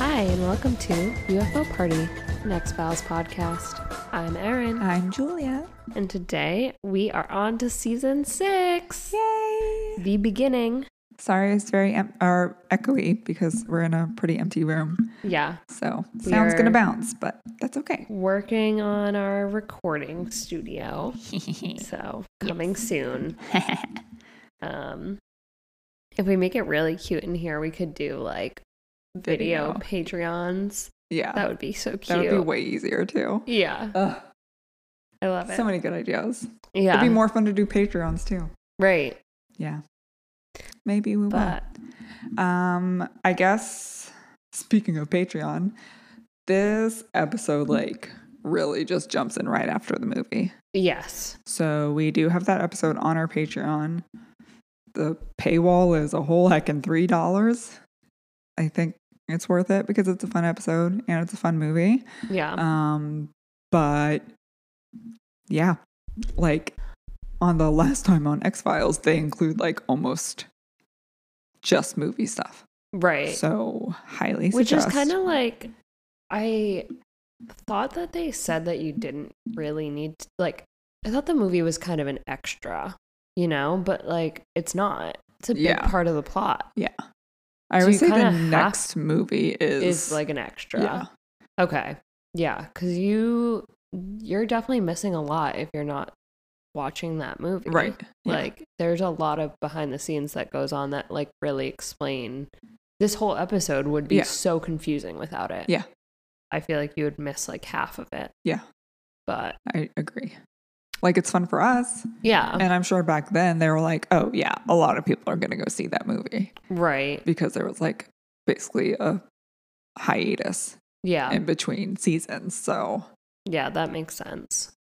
welcome to UFO Party, Next Files podcast. I'm Erin, I'm Julia. and today we are on to season six, Yay! the beginning. Sorry, it's very em- or echoey because we're in a pretty empty room. Yeah, So sound's We're- gonna bounce, but that's okay. working on our recording studio, so coming soon. Um, if we make it really cute in here, we could do like video, Patreons. Yeah, That would be so cute. that would be way easier too. yeah, Ugh, I love it. so many good ideas. yeah, It'd be more fun to do Patreons too. right. Yeah, maybe we But will. Um, I guess speaking of Patreon, this episode like really just jumps in right after the movie. yes, So we do have that episode on our Patreon. The paywall is a whole heckin' three dollars. I think it's worth it because it's a fun episode and it's a fun movie. yeah. Um, but yeah, like on the last time on X Files, they include like almost just movie stuff. Right. So highly Which is suggest. kind of like I thought that they said that you didn't really need to, like I thought the movie was kind of an extra, you know, but like it's not. It's a big Yeah. part of the plot. I so would you say kinda the have- next movie is, Is like an extra. yeah, Okay. Yeah, cuz you you're definitely missing a lot if you're not watching that movie. right, yeah. Like there's a lot of behind the scenes that goes on that like really explain this whole episode would be Yeah. so confusing without it. Yeah. I feel like you would miss like half of it. Yeah. But I agree. Like it's fun for us. yeah, And I'm sure back then they were like, oh, yeah, a lot of people are going to go see that movie right. because there was like basically a hiatus Yeah. in between seasons. So, yeah, that makes sense.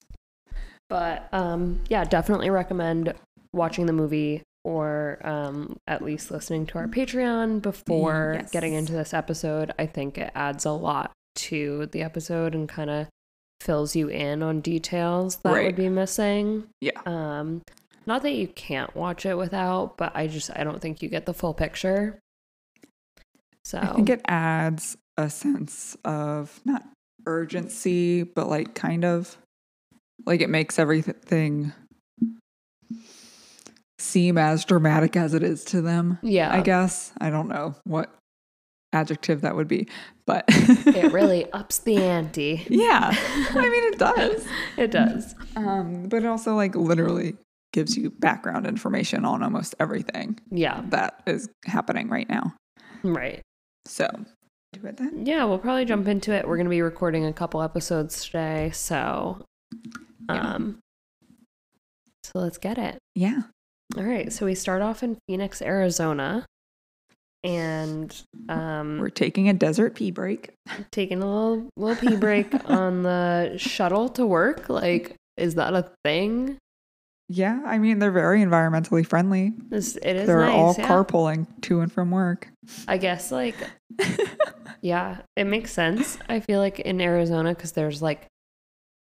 But um yeah, definitely recommend watching the movie or um at least listening to our Patreon before Mm, Yes. getting into this episode. I think it adds a lot to the episode and kind of fills you in on details that Right. would be missing. yeah. Um not that you can't watch it without, but I just I don't think you get the full picture. So I think it adds a sense of not urgency, but like kind of like it makes everything seem as dramatic as it is to them. yeah, I guess. I don't know what adjective that would be, but it really ups the ante. Yeah. I mean, it does. It does. Um, but it also, like, literally gives you background information on almost everything Yeah, that is happening right now. right. So, do it then. Yeah, we'll probably jump into it. We're going to be recording a couple episodes today, so Yeah. um so let's get it. Yeah. All right, so we start off in Phoenix, Arizona, and um We're taking a desert pee break. taking a little little pee break on the shuttle to work. Like is that a thing? Yeah. I mean, they're very environmentally friendly. This it is They're nice. all yeah. carpooling to and from work. I guess like yeah, it makes sense. I feel like in Arizona cuz there's like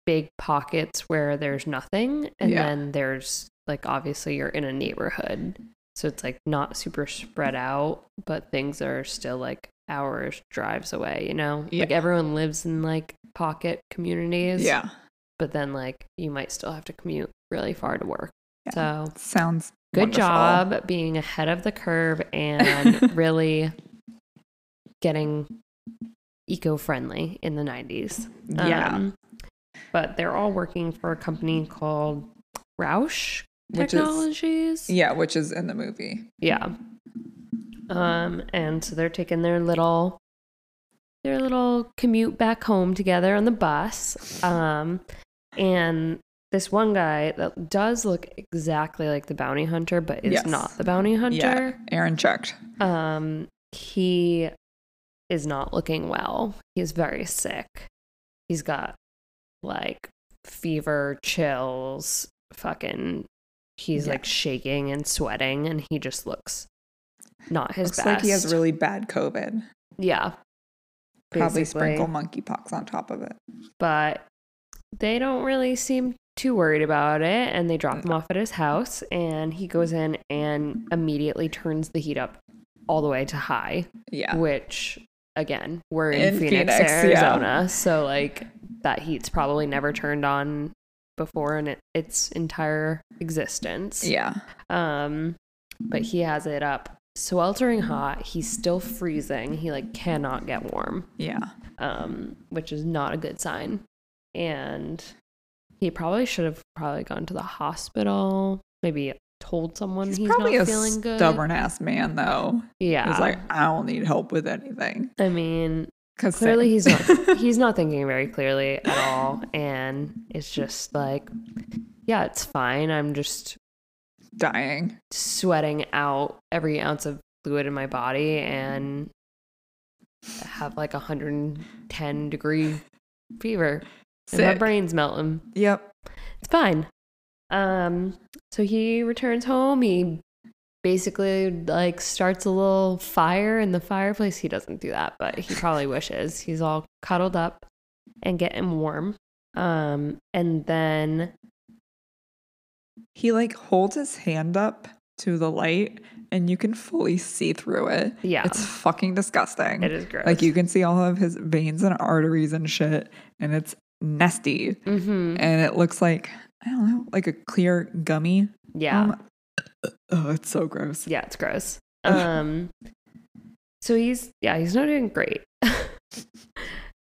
big pockets where there's nothing and Yeah. then there's like obviously you're in a neighborhood. So it's like not super spread out, but things are still like hours drives away, you know? Like Yeah. everyone lives in like pocket communities, Yeah. but then like you might still have to commute really far to work. Yeah. So Sounds good wonderful. job being ahead of the curve and really getting eco-friendly in the 90s Yeah. Um, but they're all working for a company called roush Which is- technologies yeah. Which is in the movie. yeah um and so they're taking their little their little commute back home together on the bus um and this one guy that does look exactly like the bounty hunter but is Yes. not the bounty Yeah. hunter Aaron checked. um he is not looking well he's very sick he's got like fever chills fucking he's Yeah. like shaking and sweating and he just looks not his Looks best like he has really bad COVID. yeah Probably basically. sprinkle monkeypox on top of it. but they don't really seem too worried about it and they drop Mm. him off at his house and he goes in and immediately turns the heat up all the way to high Yeah. which again, we're in, In Phoenix, Phoenix, yeah. Arizona. So like that heat's probably never turned on before in it, its entire existence. Yeah. Um, but he has it up sweltering hot. He's still freezing. He like cannot get warm, Yeah. um, which is not a good sign. And he probably should have probably gone to the hospital. Maybe told someone he's, He's probably not a feeling good. stubborn ass man though. Yeah. He's like, I don't need help with anything. I mean, Cause clearly same. he's not he's not thinking very clearly at all and it's just like yeah it's fine i'm just dying. sweating out every ounce of fluid in my body and have like a 110 degree fever and my Sick. brain's melting Yep. it's fine um so he returns home he basically like starts a little fire in the fireplace he doesn't do that but he probably wishes he's all cuddled up and getting warm um and then He like holds his hand up to the light and you can fully see through it. yeah It's fucking disgusting. it is gross Like you can see all of his veins and arteries and shit, and it's nasty. hmm And it looks like I don't know, like a clear gummy. yeah Um, uh, oh, it's so gross. Yeah, it's gross. Ugh. Um so he's yeah, he's not doing great.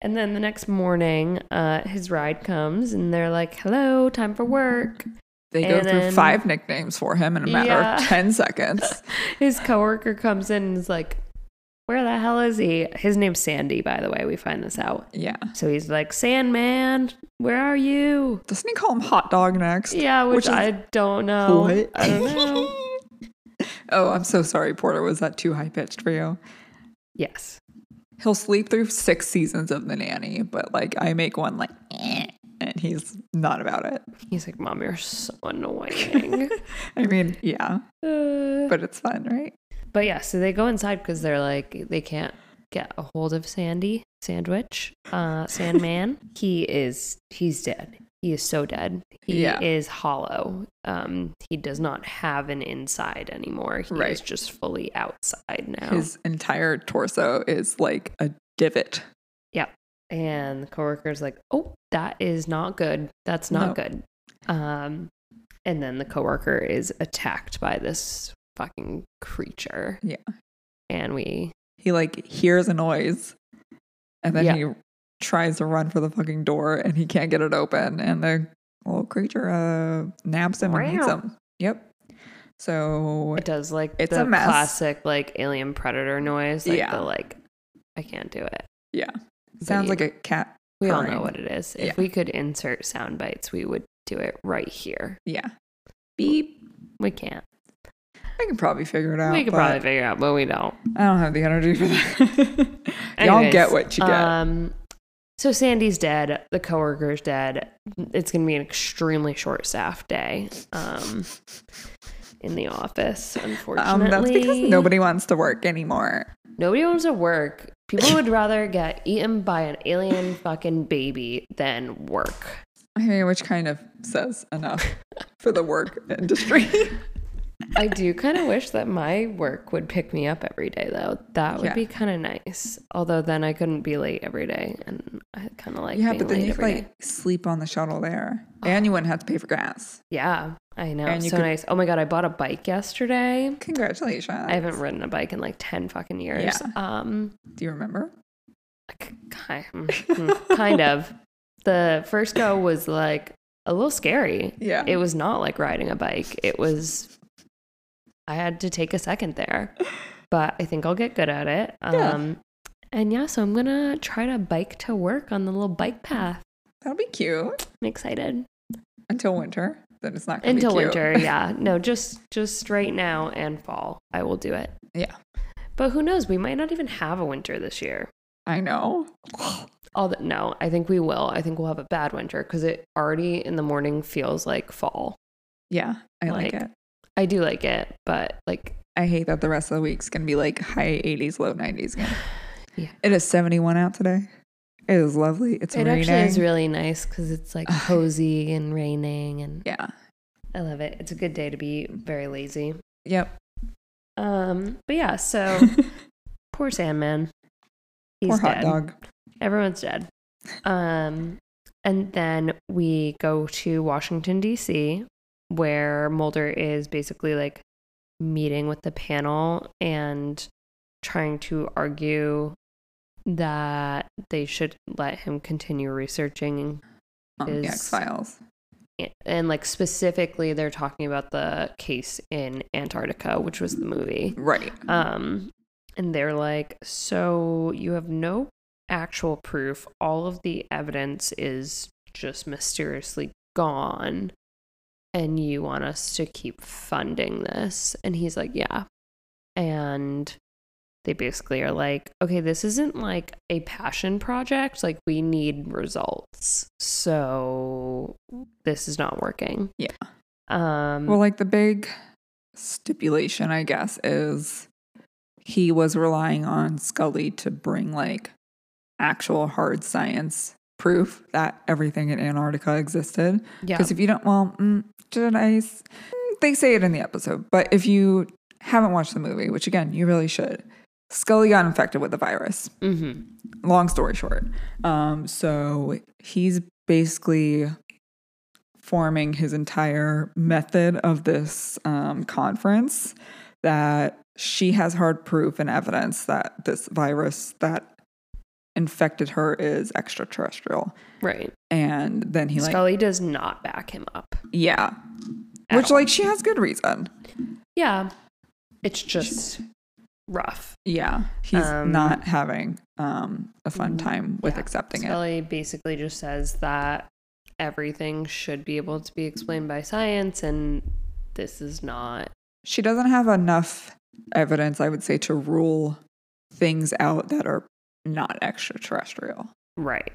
and then the next morning, uh his ride comes and they're like, "Hello, time for work." They go And through then- five nicknames for him in a matter Yeah. of ten seconds. His coworker comes in and is like, "Where the hell is he?" His name's Sandy, by the way. We find this out. yeah. So he's like, "Sandman, where are you?" Doesn't he call him hot dog next? Yeah, which, Which is- I don't know. What? I don't know. oh, I'm so sorry, Porter. Was that too high pitched for you? yes. He'll sleep through six seasons of The Nanny, but like I make one like, eh, and he's not about it. He's like, "Mom, you're so annoying." I mean, yeah, Uh, but it's fun, right? But yeah, so they go inside because they're like they can't get a hold of Sandy Sandwich, uh, Sandman. he is he's dead. He is so dead. He Yeah. is hollow. Um, he does not have an inside anymore. He Right. is just fully outside now. His entire torso is like a divot. and the coworker's like, "Oh, that is not good. That's not No. good." Um, and then the coworker is attacked by this fucking creature. Yeah. and we He like hears a noise and then Yeah. he tries to run for the fucking door and he can't get it open and the little creature uh nabs him and eats Meow. him. Yep. So It does like It's the a mess. classic like alien predator noise. Like Yeah. the like I can't do it. yeah. Sounds you- like a cat. We all know Purring. what it is. If Yeah. we could insert sound bites, we would do it right here. Yeah. Beep. We can't. I can probably figure it out. we could but probably figure out, but we don't. I don't have the energy for that. Y'all Anyways, get what you get. Um so Sandy's dead, the coworker's dead. It's gonna be an extremely short staff day. Um in the office, um, unfortunately. that's because nobody wants to work anymore. Nobody wants to work. People would rather get eaten by an alien fucking baby than work. I mean, which kind of says enough for the work industry. I do kind of wish that my work would pick me up every day, though. That would Yeah. be kind of nice. Although then I couldn't be late every day, and I kind of like yeah, being but then late you every could day. like sleep on the shuttle there, and you wouldn't have to pay for gas. Yeah, I know. And so you could- nice. Oh my god, I bought a bike yesterday. Congratulations! I haven't ridden a bike in like ten fucking years. Yeah. Um, Do you remember? kind, hmm, kind of. The first go was like a little scary. Yeah, it was not like riding a bike. It was I had to take a second there. But I think I'll get good at it. Yeah. Um and yeah, so I'm gonna try to bike to work on the little bike path. that'll be cute I'm excited. until winter. Then it's not gonna Until be cute. winter, yeah. No, just just right now and fall. I will do it. Yeah, But who knows? We might not even have a winter this year. I know. All that no, I think we will. I think we'll have a bad winter because it already in the morning feels like fall. Yeah, I like, Like- it. I do like it, but like I hate that the rest of the week's gonna be like high 80s, low 90s again. Yeah. It is 71 out today. It is lovely. It's it raining. actually is really nice because it's like Ugh. cozy and raining, and yeah. I love it. It's a good day to be very lazy. Yep. Um, but yeah, so poor Sandman. He's Poor hot dead. dog. Everyone's dead. Um, and then we go to Washington, D.C., where Mulder is basically like meeting with the panel and trying to argue that they should let him continue researching. Um, Is- the X Files. And like specifically, they're talking about the case in Antarctica, which was the movie. Right. Um, and they're like, so you have no actual proof. All of the evidence is just mysteriously gone. And you want us to keep funding this. And he's like, yeah. And they basically are like, okay, this isn't like a passion project. Like, we need results. So this is not working. Yeah. Um, Well, like the big stipulation, I guess, is he was relying on Scully to bring like actual hard science proof that everything in Antarctica existed. yeah. Because if you don't, well, mm, did I? s- mm, They say it in the episode, but if you haven't watched the movie, which again, you really should, Scully got infected with the virus. hmm Long story short. Um, so he's basically forming his entire method of this um, conference that she has hard proof and evidence that this virus that infected her is extraterrestrial. Right. And then he like Scully does not back him up. yeah. at Which, all. like, she has good reason. yeah, it's just rough. Yeah. He's Um, mm, not having um, a fun time with yeah. accepting it. Scully basically just says that everything should be able to be explained by science, and this is not. She doesn't have enough evidence, I would say, to rule things out that are not extraterrestrial. Right.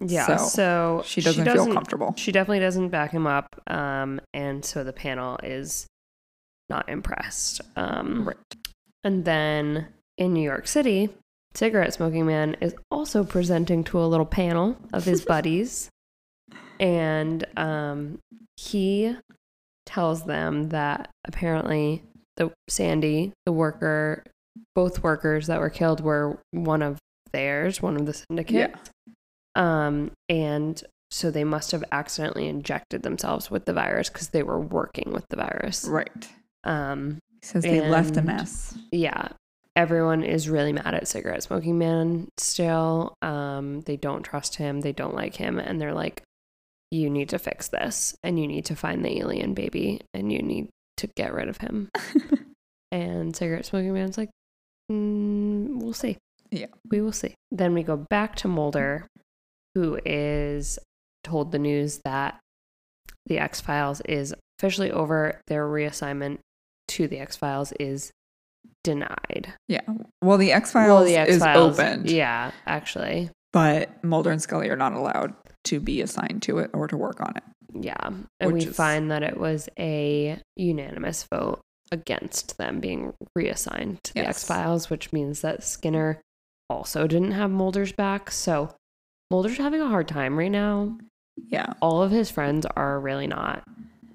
Yeah. So, So, She doesn't, feel comfortable. She definitely doesn't back him up. Um, and so the panel is not impressed. Um, Right. And then in New York City, Cigarette Smoking Man is also presenting to a little panel of his buddies. And um, he tells them that apparently the Sandy, the worker, both workers that were killed were one of theirs, one of the syndicate. Um, and so they must have accidentally injected themselves with the virus because they were working with the virus. Right. Um, He says they left a And- mess. yeah everyone is really mad at cigarette smoking man still um they don't trust him they don't like him and they're like you need to fix this and you need to find the alien baby and you need to get rid of him and cigarette smoking man's like mm, we'll see Yeah. we will see then we go back to mulder who is told the news that the x files is officially over their reassignment to the x files is denied Yeah. Well, the X Files well, the X is Files. opened, Yeah, actually. but Mulder and Scully are not allowed to be assigned to it or to work on it. Yeah. And Which we is- find that it was a unanimous vote against them being reassigned to the Yes. X Files, which means that Skinner also didn't have Mulder's back. So Mulder's having a hard time right now. Yeah. All of his friends are really not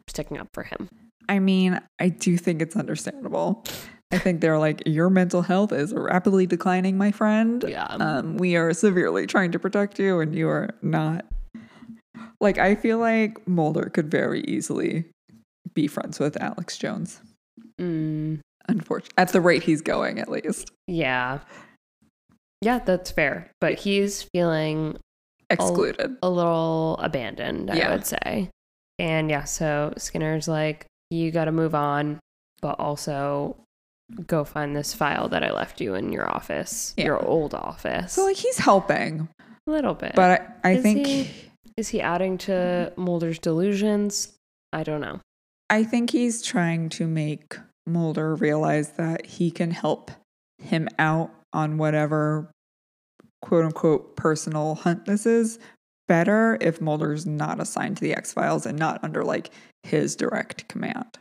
sticking up for him. I mean, I do think it's understandable. I think they're like, your mental health is rapidly declining, my friend. Yeah. Um, we are severely trying to protect you, and you are not. Like, I feel like Mulder could very easily be friends with Alex Jones, Mm, unfortunately, at the rate he's going, at least. yeah. Yeah, that's fair. But he's feeling Oh. Excluded. a little abandoned, I Yeah. would say. And yeah, so Skinner's like, you got to move on, but also go find this file that I left you in your office, Yeah. your old office. So, like, he's helping, a little bit. but I, I Uh, Is think. he- is he adding to Mulder's delusions? I don't know. I think he's trying to make Mulder realize that he can help him out on whatever quote unquote personal hunt this is better if Mulder's not assigned to the X Files and not under like his direct command.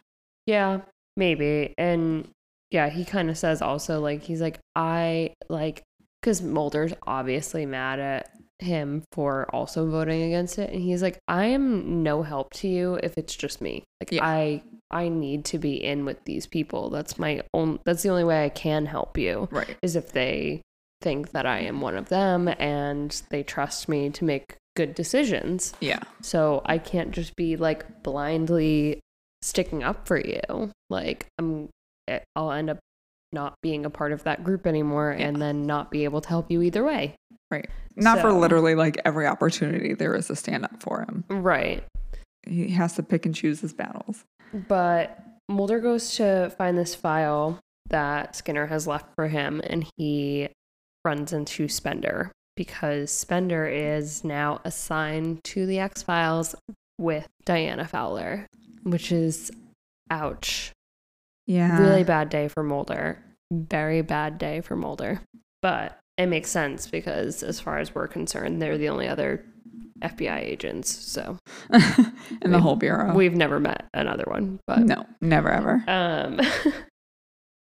Yeah, maybe. And yeah, he kind of says also like he's like I like because Mulder's obviously mad at him for also voting against it, and he's like I am no help to you if it's just me. Like Yeah. I I need to be in with these people. That's my own. That's the only way I can help you Right. is if they think that I am one of them and they trust me to make good decisions. Yeah. So I can't just be like blindly sticking up for you. Like I'm eh, I'll end up not being a part of that group anymore and then not be able to help you either way. Right. Not for So- literally like every opportunity there is a stand up for him. Right. He has to pick and choose his battles. But Mulder goes to find this file that Skinner has left for him, and he runs into Spender because Spender is now assigned to the X Files with Diana Fowler, which is ouch. Yeah. Really bad day for Mulder. Very bad day for Mulder. But it makes sense because, as far as we're concerned, they're the only other FBI agents. So In the whole bureau. we've never met another one. But Oh. no, never ever. um,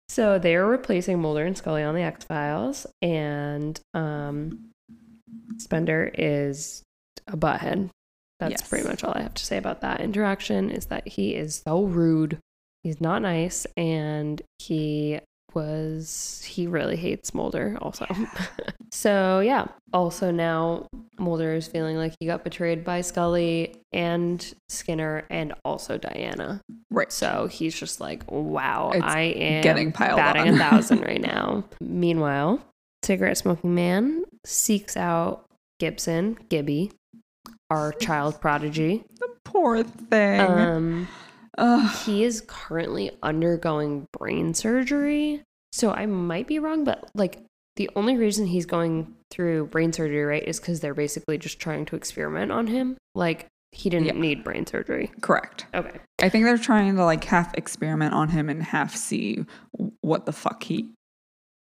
so they're replacing Mulder and Scully on the X Files, and um, Spender is a butthead. That's Yes. pretty much all I have to say about that interaction. Is that he is so rude, he's not nice, and he was he really hates Mulder also. so yeah. Also now Mulder is feeling like he got betrayed by Scully and Skinner and also Diana. Right. So he's just like, wow, It's I am getting piled batting on. a thousand right now. Meanwhile, cigarette smoking man seeks out Gibson, Gibby, our child prodigy. Poor thing. Um, Ugh. he is currently undergoing brain surgery. So I might be wrong, but like the only reason he's going through brain surgery, right, is because they're basically just trying to experiment on him. Like he didn't Yeah. need brain surgery. Correct. Okay. I think they're trying to like half experiment on him and half see what the fuck he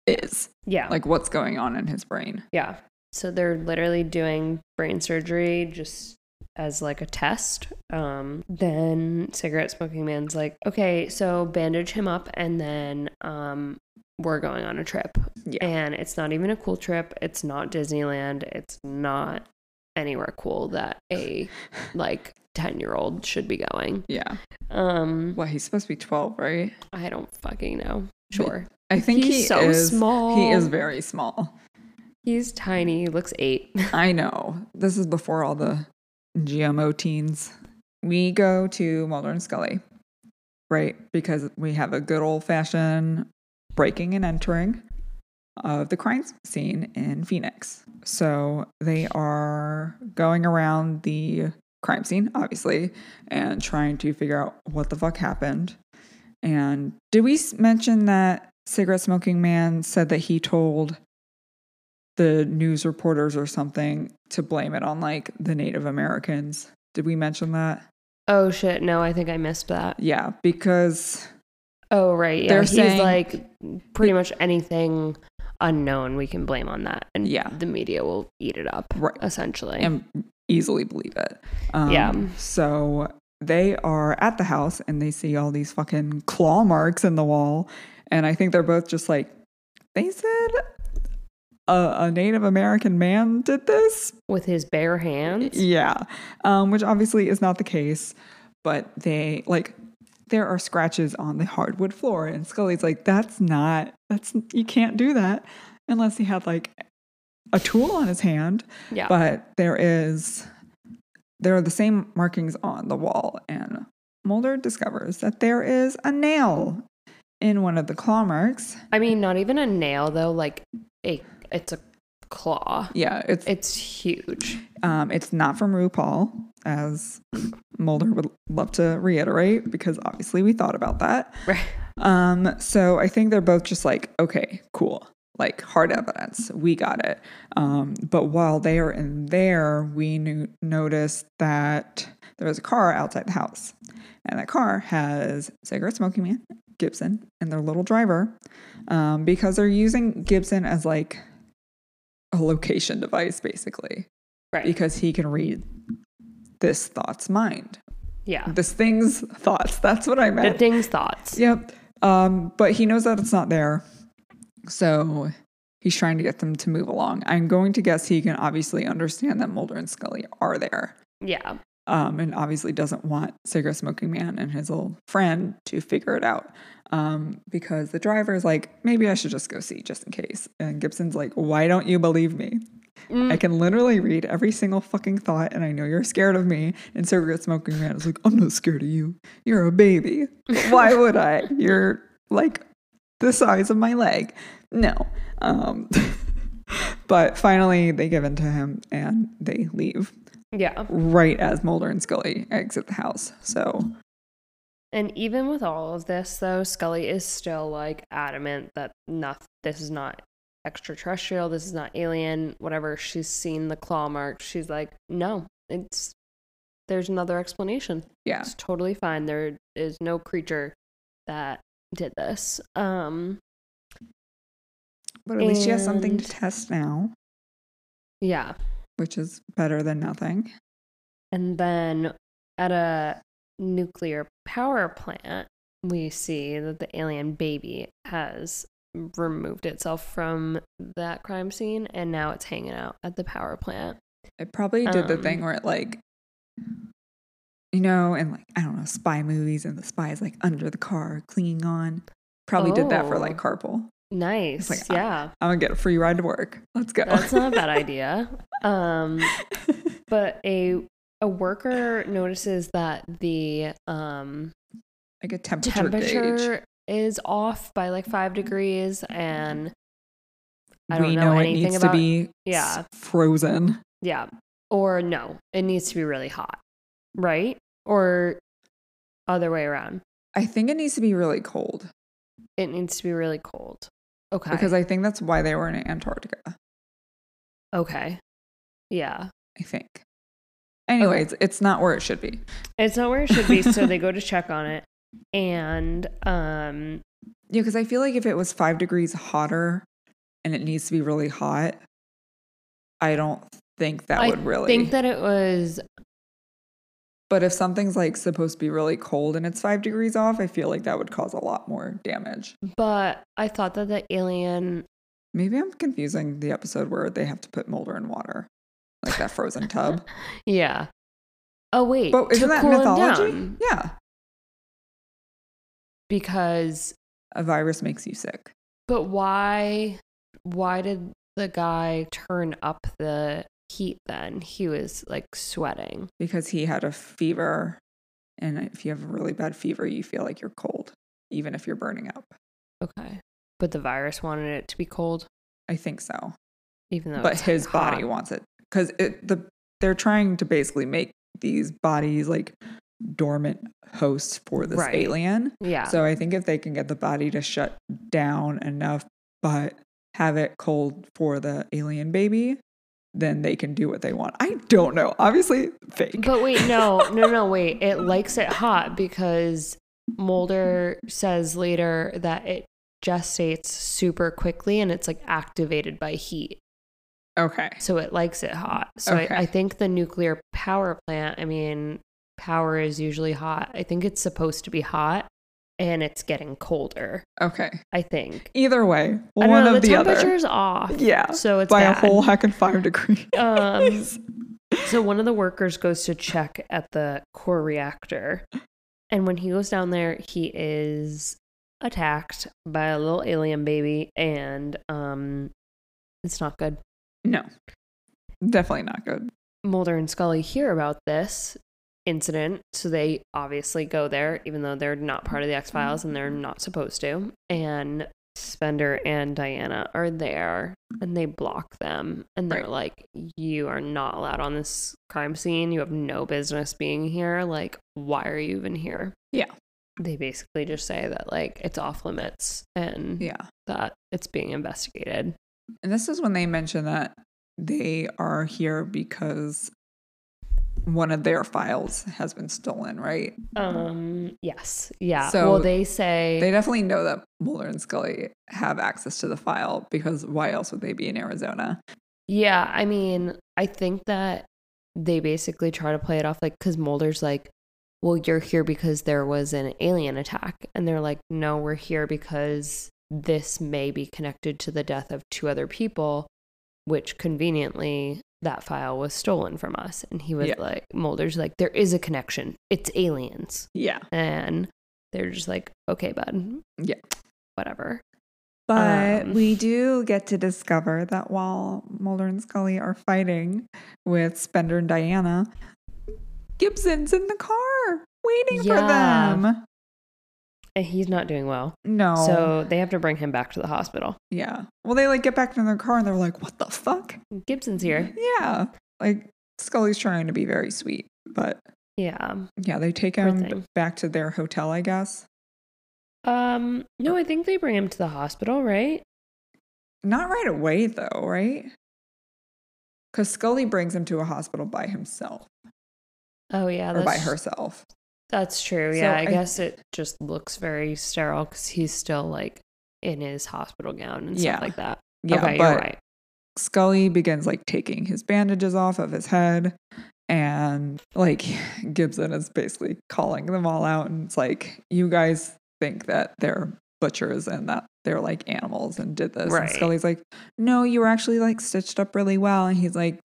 is. Yeah. Like what's going on in his brain. Yeah. So they're literally doing brain surgery just as like a test. Um, then cigarette smoking man's like, okay, so bandage him up and then um, we're going on a trip. Yeah. And it's not even a cool trip. It's not Disneyland. It's not anywhere cool that a like 10 year old should be going. Yeah. Um, Well, he's supposed to be 12, right? I don't fucking know. Sure. I think He's he so is small. He is very small. He's tiny. He looks eight. I know. This is before all the GMO teens. We go to Mulder and Scully, right? Because we have a good old fashioned breaking and entering of the crime scene in Phoenix. So they are going around the crime scene, obviously, and trying to figure out what the fuck happened. And did we s- mention that cigarette smoking man said that he told the news reporters or something to blame it on like the Native Americans? Did we mention that? Oh shit. No, I think I missed that. Yeah, because Oh right, yeah. They're He's saying- like pretty much anything unknown we can blame on that, and Yeah. the media will eat it up Right. essentially. and easily believe it. Um, Yeah. So they are at the house and they see all these fucking claw marks in the wall, and I think they're both just like, they said a, a Native American man did this, With his bare hands, Yeah, um, which obviously is not the case, but they like there are scratches on the hardwood floor, and Scully's like, "That's not that's you can't do that unless he had like a tool on his hand." yeah, But there is there are the same markings on the wall, and Mulder discovers that there is a nail in one of the claw marks. I mean, not even a nail though. Like a, it's a claw. Yeah, it's It's huge. Um, it's not from RuPaul, as Mulder would love to reiterate, because obviously we thought about that. Right. Um, so I think they're both just like, okay, cool. Like hard evidence, we got it. Um, but while they are in there, we knew, noticed that there was a car outside the house, and that car has cigarette smoking man, Gibson, and their little driver, um, because they're using Gibson as like a location device, basically Right. because he can read this thought's mind. yeah. This thing's thoughts. That's what I The meant. thing's thoughts. Yep. Um, but he knows that it's not there. So he's trying to get them to move along. I'm going to guess he can obviously understand that Mulder and Scully are there. Yeah. um, and obviously doesn't want cigarette smoking man and his old friend to figure it out um, because the driver is like, maybe I should just go see just in case. And Gibson's like, why don't you believe me? Mm. I can literally read every single fucking thought, and I know you're scared of me. And cigarette smoking man is like, I'm not scared of you. You're a baby. Why would I? You're like the size of my leg. No. Um, but finally, they give in to him and they leave yeah. right as Mulder and Scully exit the house. So And even with all of this, though, Scully is still like adamant that not this is not extraterrestrial, this is not alien, whatever. She's seen the claw marks. She's like, no, it's there's another explanation. yeah, It's totally fine. There is no creature that did this. Um, but at least she has something to And- test now, yeah. which is better than nothing. And then at a nuclear power plant, we see that the alien baby has removed itself from that crime scene and now it's hanging out at the power plant. It probably did the Um, thing where it like you know, and like I don't know, spy movies and the spy is like under the car clinging on. Probably did that for like Oh. carpool. Nice. like, ah. yeah. I'm gonna get a free ride to work. Let's go. That's not a bad idea. Um but a a worker notices that the um like a temperature, gauge. temperature is off by like 5 degrees and I don't we know know, it anything needs about- to be yeah. s- frozen. Yeah. Or no, it needs to be really hot, right? Or other way around. I think it needs to be really cold It needs to be really cold. Okay. because I think that's why they were in Antarctica. okay. Yeah. I think. Anyway, it's, it's not where it should be. It's not where it should be, so they go to check on it. And um Yeah, because I feel like if it was five degrees hotter and it needs to be really hot, I don't think that I would really. think that it was but if something's like supposed to be really cold and it's five degrees off, I feel like that would cause a lot more damage. but I thought that the alien Maybe I'm confusing the episode where they have to put Mulder in water, like that frozen tub. Yeah. Oh wait. But to isn't that cool him mythology? down, Yeah, because a virus makes you sick. But why why did the guy turn up the heat then? He was like sweating. because he had a fever. And if you have a really bad fever, you feel like you're cold, even if you're burning up. Okay. But the virus wanted it to be cold, I think so. even though but it's his body hot. wants it because it, the, they're trying to basically make these bodies like dormant hosts for this Right. alien. Yeah. So I think if they can get the body to shut down enough, but have it cold for the alien baby, then they can do what they want. I don't know. Obviously, fake. but wait, no, no, no, wait. It likes it hot because Mulder says later that it gestates super quickly and it's like activated by heat. okay. so it likes it hot. So Okay. I, I think the nuclear power plant, I mean, power is usually hot. I think it's supposed to be hot and it's getting colder, Okay. I think. Either way, I don't one know, of the, the, other. temperature's off. Yeah. So it's by bad. a whole heckin' five degrees. um, so one of the workers goes to check at the core reactor. And when he goes down there, he is attacked by a little alien baby and um it's not good. no, definitely not good. Mulder and Scully hear about this incident, so they obviously go there, even though they're not part of the X Files and they're Mm-hmm. not supposed to. And Spender and Diana are there and they block them and they're Right. like, You are not allowed on this crime scene. You have no business being here. Like, why are you even here? Yeah. They basically just say that, like, it's off limits and Yeah. that it's being investigated. And this is when they mention that they are here because one of their files has been stolen, right? Um, yes. Yeah. Mm-hmm. So well, they say They definitely know that Mulder and Scully have access to the file because why else would they be in Arizona? Yeah, I mean, I think that they basically try to play it off like because Mulder's like, "Well, you're here because there was an alien attack," and they're like, "No, we're here because this may be connected to the death of two other people," which conveniently that file was stolen from us. And he was Yeah. like, Mulder's like, there is a connection. It's aliens. Yeah. And they're just like, okay, bud. Yeah. Whatever. But Um, we do get to discover that while Mulder and Scully are fighting with Spender and Diana, Gibson's in the car waiting for Yeah. them. And he's not doing well. No. So they have to bring him back to the hospital. yeah. Well, they like get back in their car and they're like, what the fuck? Gibson's here. Yeah. Like Scully's trying to be very sweet, but Yeah. yeah, they take Poor him thing. back to their hotel, I guess. Um, no, I think they bring him to the hospital, right? Not right away, though, right? Because Scully brings him to a hospital by himself Oh yeah, or that's by herself. That's true. So Yeah, I, I- guess it just looks very sterile because he's still like in his hospital gown and Yeah. stuff like that. Yeah, okay, but you're right. Scully begins like taking his bandages off of his head. And like Gibson is basically calling them all out. And it's like, you guys think that they're butchers and that they're like animals and did this. Right. And Scully's like, no, you were actually like stitched up really well. And he's like,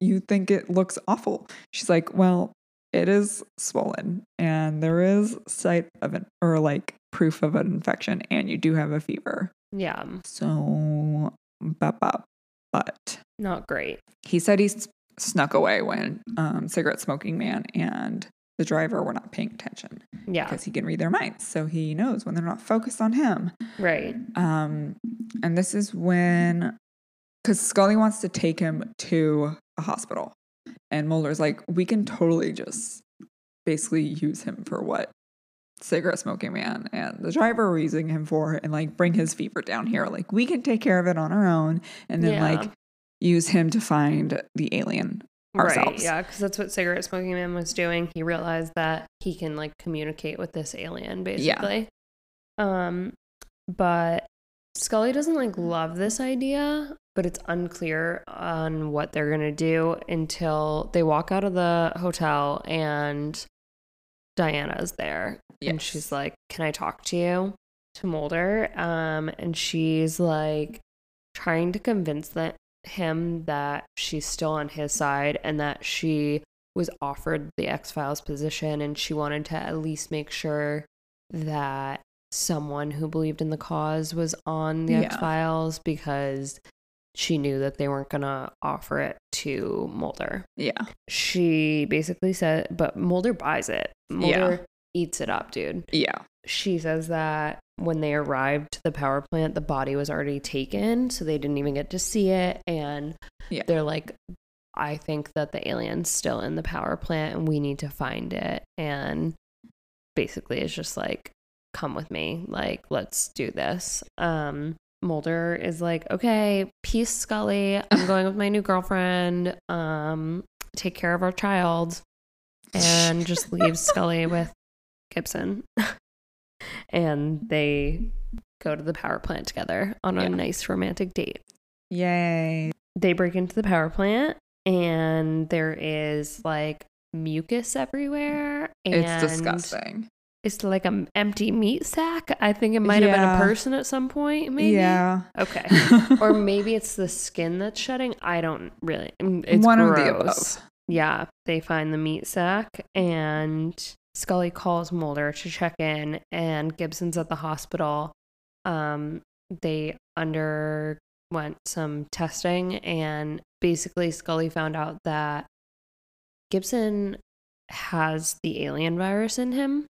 you think it looks awful. She's like, well, it is swollen and there is sight of an or like proof of an infection and you do have a fever. Yeah, So, bop, bop. But not great. he said he s- snuck away when um, cigarette smoking man and the driver were not paying attention Yeah, because he can read their minds. So he knows when they're not focused on him. right. Um, and this is when, because Scully wants to take him to a hospital. And Mulder's like, we can totally just basically use him for what cigarette smoking man and the driver were using him for and like bring his fever down here. Like, we can take care of it on our own and then Yeah. like use him to find the alien Right. ourselves. Yeah, because that's what cigarette smoking man was doing. He realized that he can like communicate with this alien basically. Um, but Scully doesn't like love this idea, but it's unclear on what they're gonna do until they walk out of the hotel and Diana's there and Yes. she's like, "Can I talk to you?" to Mulder, um, and she's like trying to convince that him that she's still on his side and that she was offered the X Files position and she wanted to at least make sure that someone who believed in the cause was on the Yeah. X Files because she knew that they weren't gonna offer it to Mulder yeah. she basically said, but Mulder buys it. Mulder eats it up, dude. Yeah. She says that when they arrived to the power plant, the body was already taken, so they didn't even get to see it. And Yeah. they're like, I think that the alien's still in the power plant and we need to find it. And basically, it's just like, come with me. Like, let's do this. Um, Mulder is like, okay, peace, Scully. I'm going with my new girlfriend. Um, take care of our child. And just leaves Scully with Gibson. and they go to the power plant together on Yeah. a nice romantic date. Yay. They break into the power plant and there is like mucus everywhere. And It's disgusting. It's like an empty meat sack. I think it might have been Yeah. a person at some point, maybe. Yeah. Okay. or maybe it's the skin that's shedding. I don't really. mm, It's One gross. of the above. Yeah, they find the meat sack, and Scully calls Mulder to check in, and Gibson's at the hospital. Um, they underwent some testing, and basically, Scully found out that Gibson has the alien virus in him,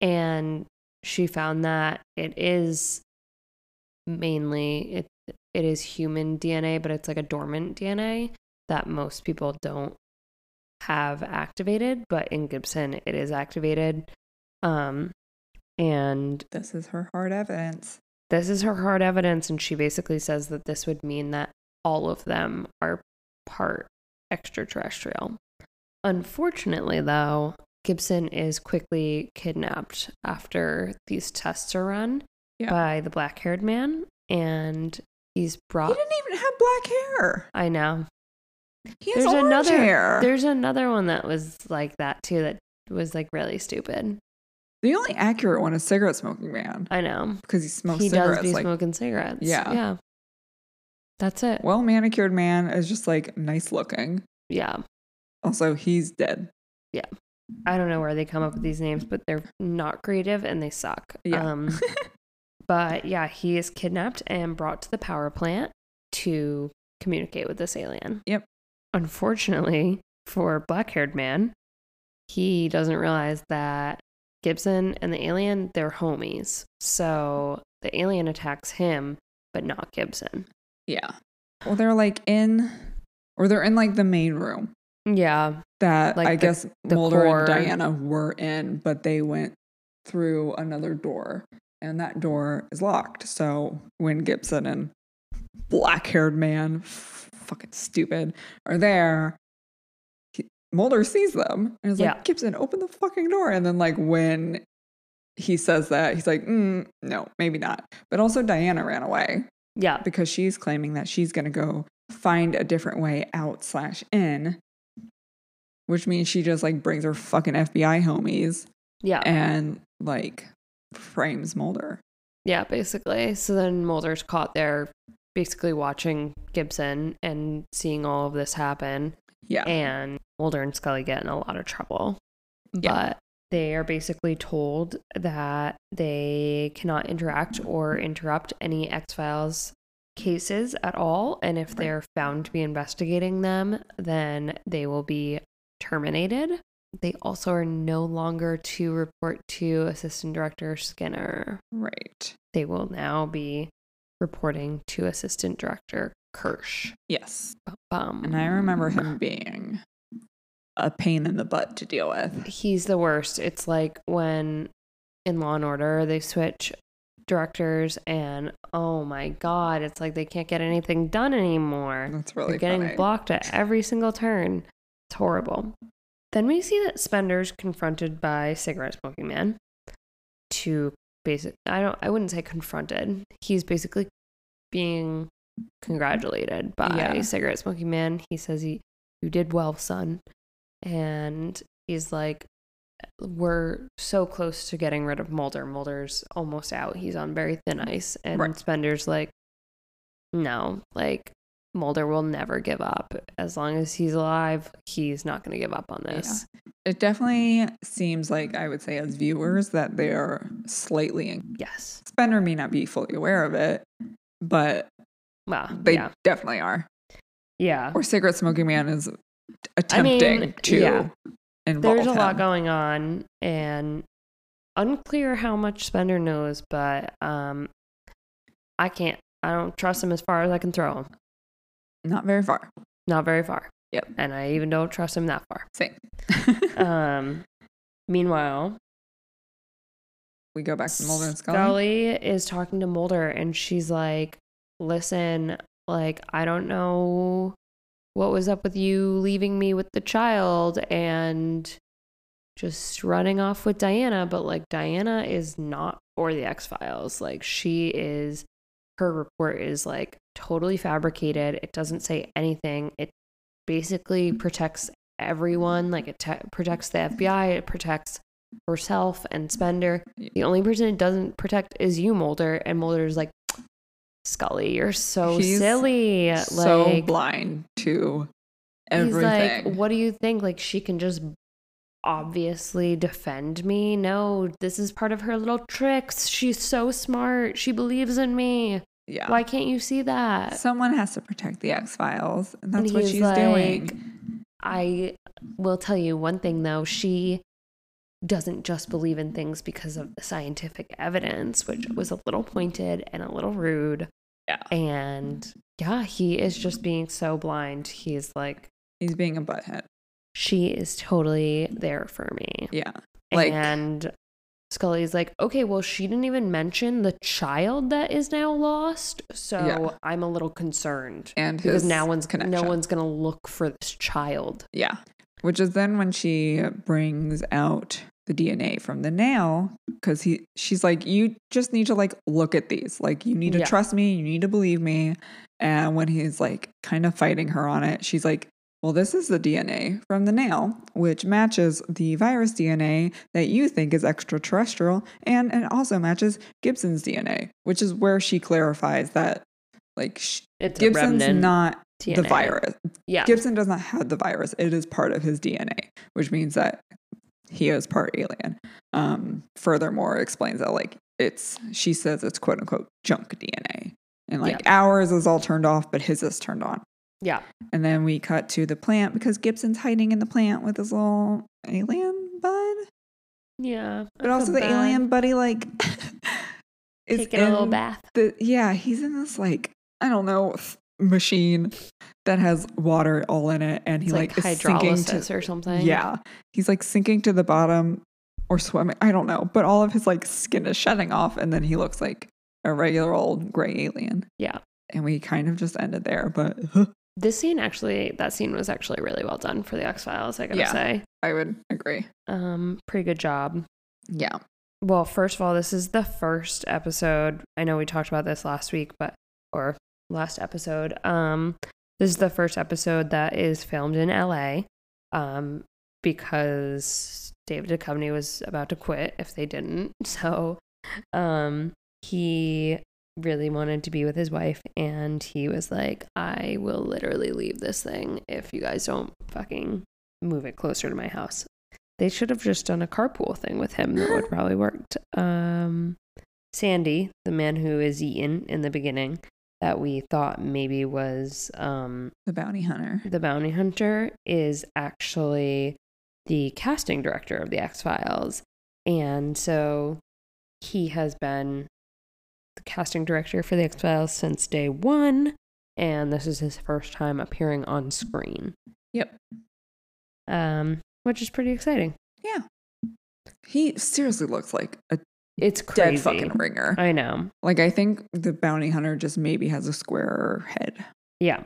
and she found that it is mainly it it is human DNA, but it's like a dormant DNA that most people don't have activated, but in Gibson it is activated. Um and This is her hard evidence. this is her hard evidence and she basically says that this would mean that all of them are part extraterrestrial unfortunately though gibson is quickly kidnapped after these tests are run Yeah. by the black-haired man and he's He brought didn't even have black hair. i know He has There's orange another- hair. there's another one that was like that too that was like really stupid The only accurate one is cigarette smoking man i know because he smokes he does cigarettes. be like, smoking cigarettes Yeah. yeah That's it. Well manicured man is just like nice looking. Yeah. Also, he's dead. I don't know where they come up with these names, but they're not creative and they suck. Yeah. Um, but yeah, he is kidnapped and brought to the power plant to communicate with this alien. Yep. Unfortunately for black haired man, he doesn't realize that Gibson and the alien, they're homies. So the alien attacks him, but not Gibson. Yeah. Well, they're like in, or they're in like the main room Yeah. that Like I the- guess the Mulder core. and Diana were in, but they went through another door, and that door is locked. So when Gibson and black haired man, f- fucking stupid, are there, he, Mulder sees them and is Yeah. like, Gibson, open the fucking door. And then, like, when he says that, he's like, mm, no, maybe not. But also, Diana ran away Yeah. because she's claiming that she's going to go find a different way out slash in which means she just like brings her fucking fbi homies Yeah. and like frames mulder Yeah, basically. So then Mulder's caught there, basically watching Gibson and seeing all of this happen. yeah Eh, And Mulder and Scully get in a lot of trouble. Yeah. But they are basically told that they cannot interact or interrupt any X Files cases at all. And if Right. they're found to be investigating them, then they will be terminated. They also are no longer to report to Assistant Director Skinner right they will now be reporting to assistant director Kirsch. Um, yes Bum, bum. and i remember Mm. him being a pain in the butt to deal with he's the worst. It's like when in Law and Order they switch directors and oh my god, it's like they can't get anything done anymore. that's really They're getting funny. blocked at every single turn. It's horrible. Then we see that Spender's confronted by cigarette smoking man to basic I don't I wouldn't say confronted. He's basically being congratulated by Yeah. cigarette smoking man. He says he you did well, son. And he's like we're so close to getting rid of Mulder. Mulder's almost out. He's on very thin ice. And Mm-hmm. Right. Spender's like, no, like Mulder will never give up. As long as he's alive, he's not going to give up on Yeah. this. it definitely seems like i would say as viewers that they are slightly in- Yes. spender may not be fully aware of it but Well, they yeah. definitely are Yeah. or cigarette smoking man is I mean, attempting to yeah. involve There's a lot him. going on and unclear how much Spender knows, but um, I can't, I don't trust him as far as I can throw him. not very far Not very far. Yep. And I even don't trust him that far. same Um, meanwhile, we go back to mulder and scully, Scully is talking to Mulder, and she's like, "Listen, like I don't know what was up with you leaving me with the child and just running off with Diana, but like Diana is not or the X Files. Like she is, her report is like totally fabricated. It doesn't say anything. It basically Mm-hmm. protects everyone. Like it te- protects the FBI. It protects." herself and Spender. The only person it doesn't protect is you, Mulder. And Mulder's like, Scully, you're so He's silly. so like, blind to he's everything like, what do you think? Like, she can just obviously defend me. No, this is part of her little tricks. She's so smart. She believes in me. yeah Why can't you see that? someone has to protect the x-files and that's And what he's she's like- doing I will tell you one thing though, she doesn't just believe in things because of the scientific evidence, which was a little pointed and a little rude. Mm-hmm. Yeah. And yeah, he is just being so blind. He's like, he's being a butthead she is totally there for me. yeah Like- and Scully's like, okay, well, she didn't even mention the child that is now lost. So Yeah. I'm a little concerned. and Because his now one's connection. no one's gonna look for this child. yeah which is then when she brings out the dna from the nail because he she's like you just need to like look at these like you need to Yeah. trust me you need to believe me and when he's like kind of fighting her on it she's like well this is the dna from the nail which matches the virus dna that you think is extraterrestrial and it also matches gibson's dna which is where she clarifies that Like sh- It's a Gibson's remnant not DNA. the virus. Yeah. Gibson does not have the virus. It is part of his DNA, which means that he is part alien. Um, furthermore, it explains that like it's she says it's quote unquote junk DNA, and like ours is all turned off, but his is turned on. yeah. And then we cut to the plant because Gibson's hiding in the plant with his little alien bud, Yeah. I but feel also the bad. alien buddy like is taking a little in bath. the yeah he's in this like i don't know th- machine that has water all in it and he It's like, like, is sinking hydrolysis to or something. yeah he's like sinking to the bottom or swimming i don't know but all of his like skin is shedding off and then he looks like a regular old gray alien Yeah. and we kind of just ended there but This scene actually, that scene was actually really well done for the X Files. I gotta Yeah. say, i would agree um, pretty good job. yeah Well, first of all, this is the first episode. I know we talked about this last week, but or last episode. Um, this is the first episode that is filmed in LA. Um, because David Duchovny was about to quit if they didn't. So, um, he really wanted to be with his wife, and he was like, "I will literally leave this thing if you guys don't fucking move it closer to my house." They should have just done a carpool thing with him. That would probably worked. Um, Sandy, the man who is eaten in the beginning, that we thought maybe was um, the bounty hunter the bounty hunter, is actually the casting director of the X Files, and so he has been the casting director for the X Files since day one, and this is his first time appearing on screen. Yep. Um, which is pretty exciting. he seriously looks like a It's crazy. dead fucking ringer I know. like i think the bounty hunter just maybe has a squarer head Yeah.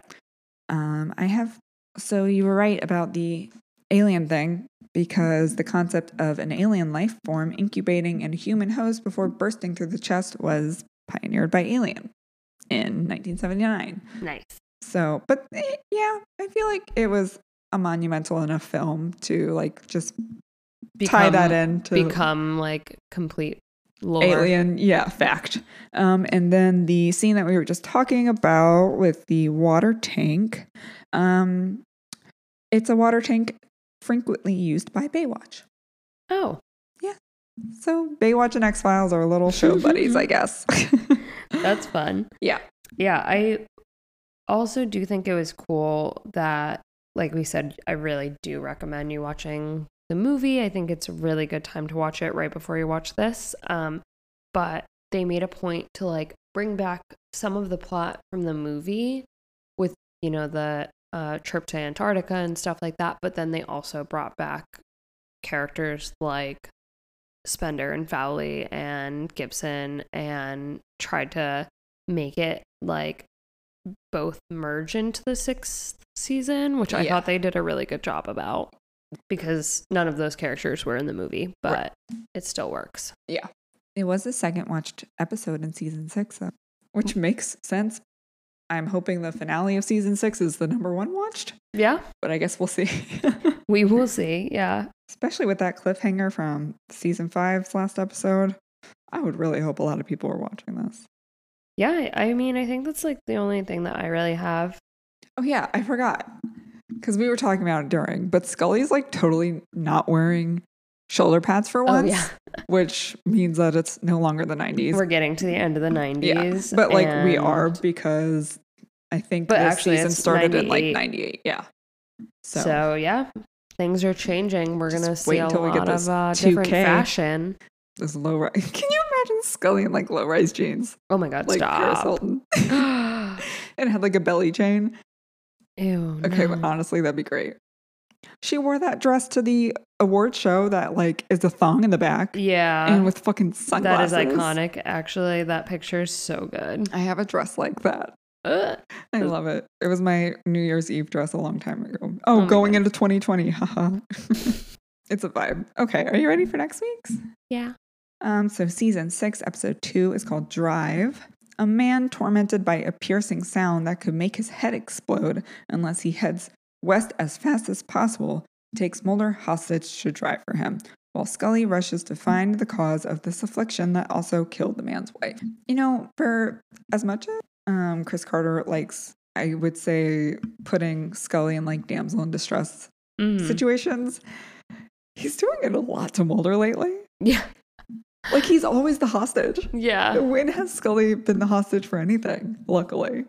Um, I have. So you were right about the alien thing because the concept of an alien life form incubating in a human host before bursting through the chest was pioneered by Alien in 1979. Nice. So, but eh, yeah, I feel like it was a monumental enough film to like just tie that in to Become like complete lore. Alien, yeah, fact. Um, and then the scene that we were just talking about with the water tank, um, it's a water tank frequently used by Baywatch. Oh, So Baywatch and X Files are little show buddies, I guess. that's fun. Yeah. Yeah. I also do think it was cool that, like we said, I really do recommend you watching the movie. I think it's a really good time to watch it right before you watch this. Um, but they made a point to like bring back some of the plot from the movie with, you know, the uh, trip to Antarctica and stuff like that. But then they also brought back characters like Spender and Fowley and Gibson and tried to make it like both merge into the sixth season, which I Yeah. thought they did a really good job about because none of those characters were in the movie, but Right. it still works. it was the second watched episode in season six, though, which makes sense. I'm hoping the finale of season six is the number one watched, Yeah, but I guess we'll see. we will see. Yeah. especially with that cliffhanger from season five's last episode. I would really hope a lot of people are watching this. Yeah, I I mean, I think that's like the only thing that I really have. Oh yeah, I forgot because we were talking about it during, but Scully's like totally not wearing shoulder pads for Oh, once, yeah. which means that it's no longer the 90s. We're getting to the end of the 90s. but like we and- are because I think But this actually season it's started in like 98. 98. Yeah. So, So, yeah, things are changing. We're Just going to see wait a until we lot get this of uh, different 2K. fashion. this low rise. Can you imagine Scully in like low rise jeans? Oh my God, Like Paris stop. Hilton. Ew. and had like a belly chain. Okay, but no. honestly, that'd be great. She wore that dress to the award show that like is a thong in the back Yeah. and with fucking that is sunglasses. iconic. Actually, that picture is so good. I have a dress like that. Ugh. I Ugh. love it. It was my New Year's Eve dress a long time ago. Oh Oh, my going God. into 2020. Haha. it's a vibe. Okay, are you ready for next week's? Yeah. Um, so season six, episode two is called Drive. A man tormented by a piercing sound that could make his head explode unless he heads west as fast as possible takes Mulder hostage to drive for him, while Scully rushes to find the cause of this affliction that also killed the man's wife. You know, for as much as um, Chris Carter likes, I would say, putting Scully in like damsel in distress Mhm. situations. He's doing it a lot to Mulder lately. Yeah. Uh. Like he's always the hostage. Yeah. When has Scully been the hostage for anything? Luckily,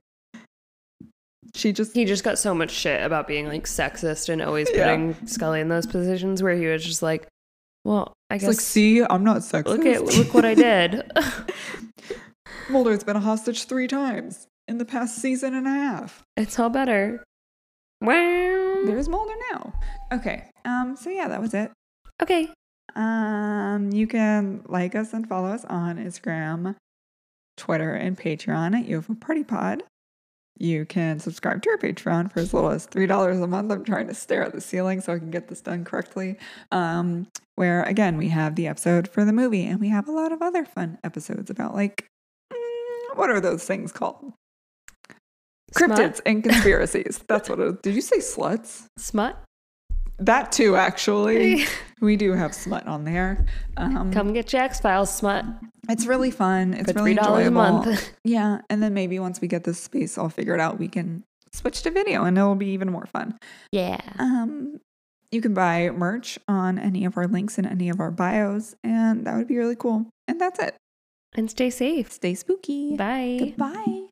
she just He just got so much shit about being like sexist and always Yeah. putting Scully in those positions where he was just like, well, I it's like, guess see, I'm not sexist. look at look what I did. Mulder's been a hostage three times in the past season and a half. it's all better. Wow. There's Mulder now. Okay. Um. So yeah, that was it. Okay. Um, you can like us and follow us on Instagram, Twitter, and Patreon at UFO Party Pod. You can subscribe to our Patreon for as little as three dollars a month. I'm trying to stare at the ceiling so I can get this done correctly. Um, where again we have the episode for the movie, and we have a lot of other fun episodes about like mm, what are those things called? Smut? Cryptids and conspiracies. That's what it is. Did you say sluts? Smut. That too, actually. We do have smut on there. Um, Come get your X Files smut it's really fun. It's for really three dollars a enjoyable. month. Yeah, and then maybe once we get this space all figured out, we can switch to video, and it'll be even more fun. yeah. Um, you can buy merch on any of our links in any of our bios, and that would be really cool. And that's it. And stay safe. Stay spooky. Bye. Goodbye.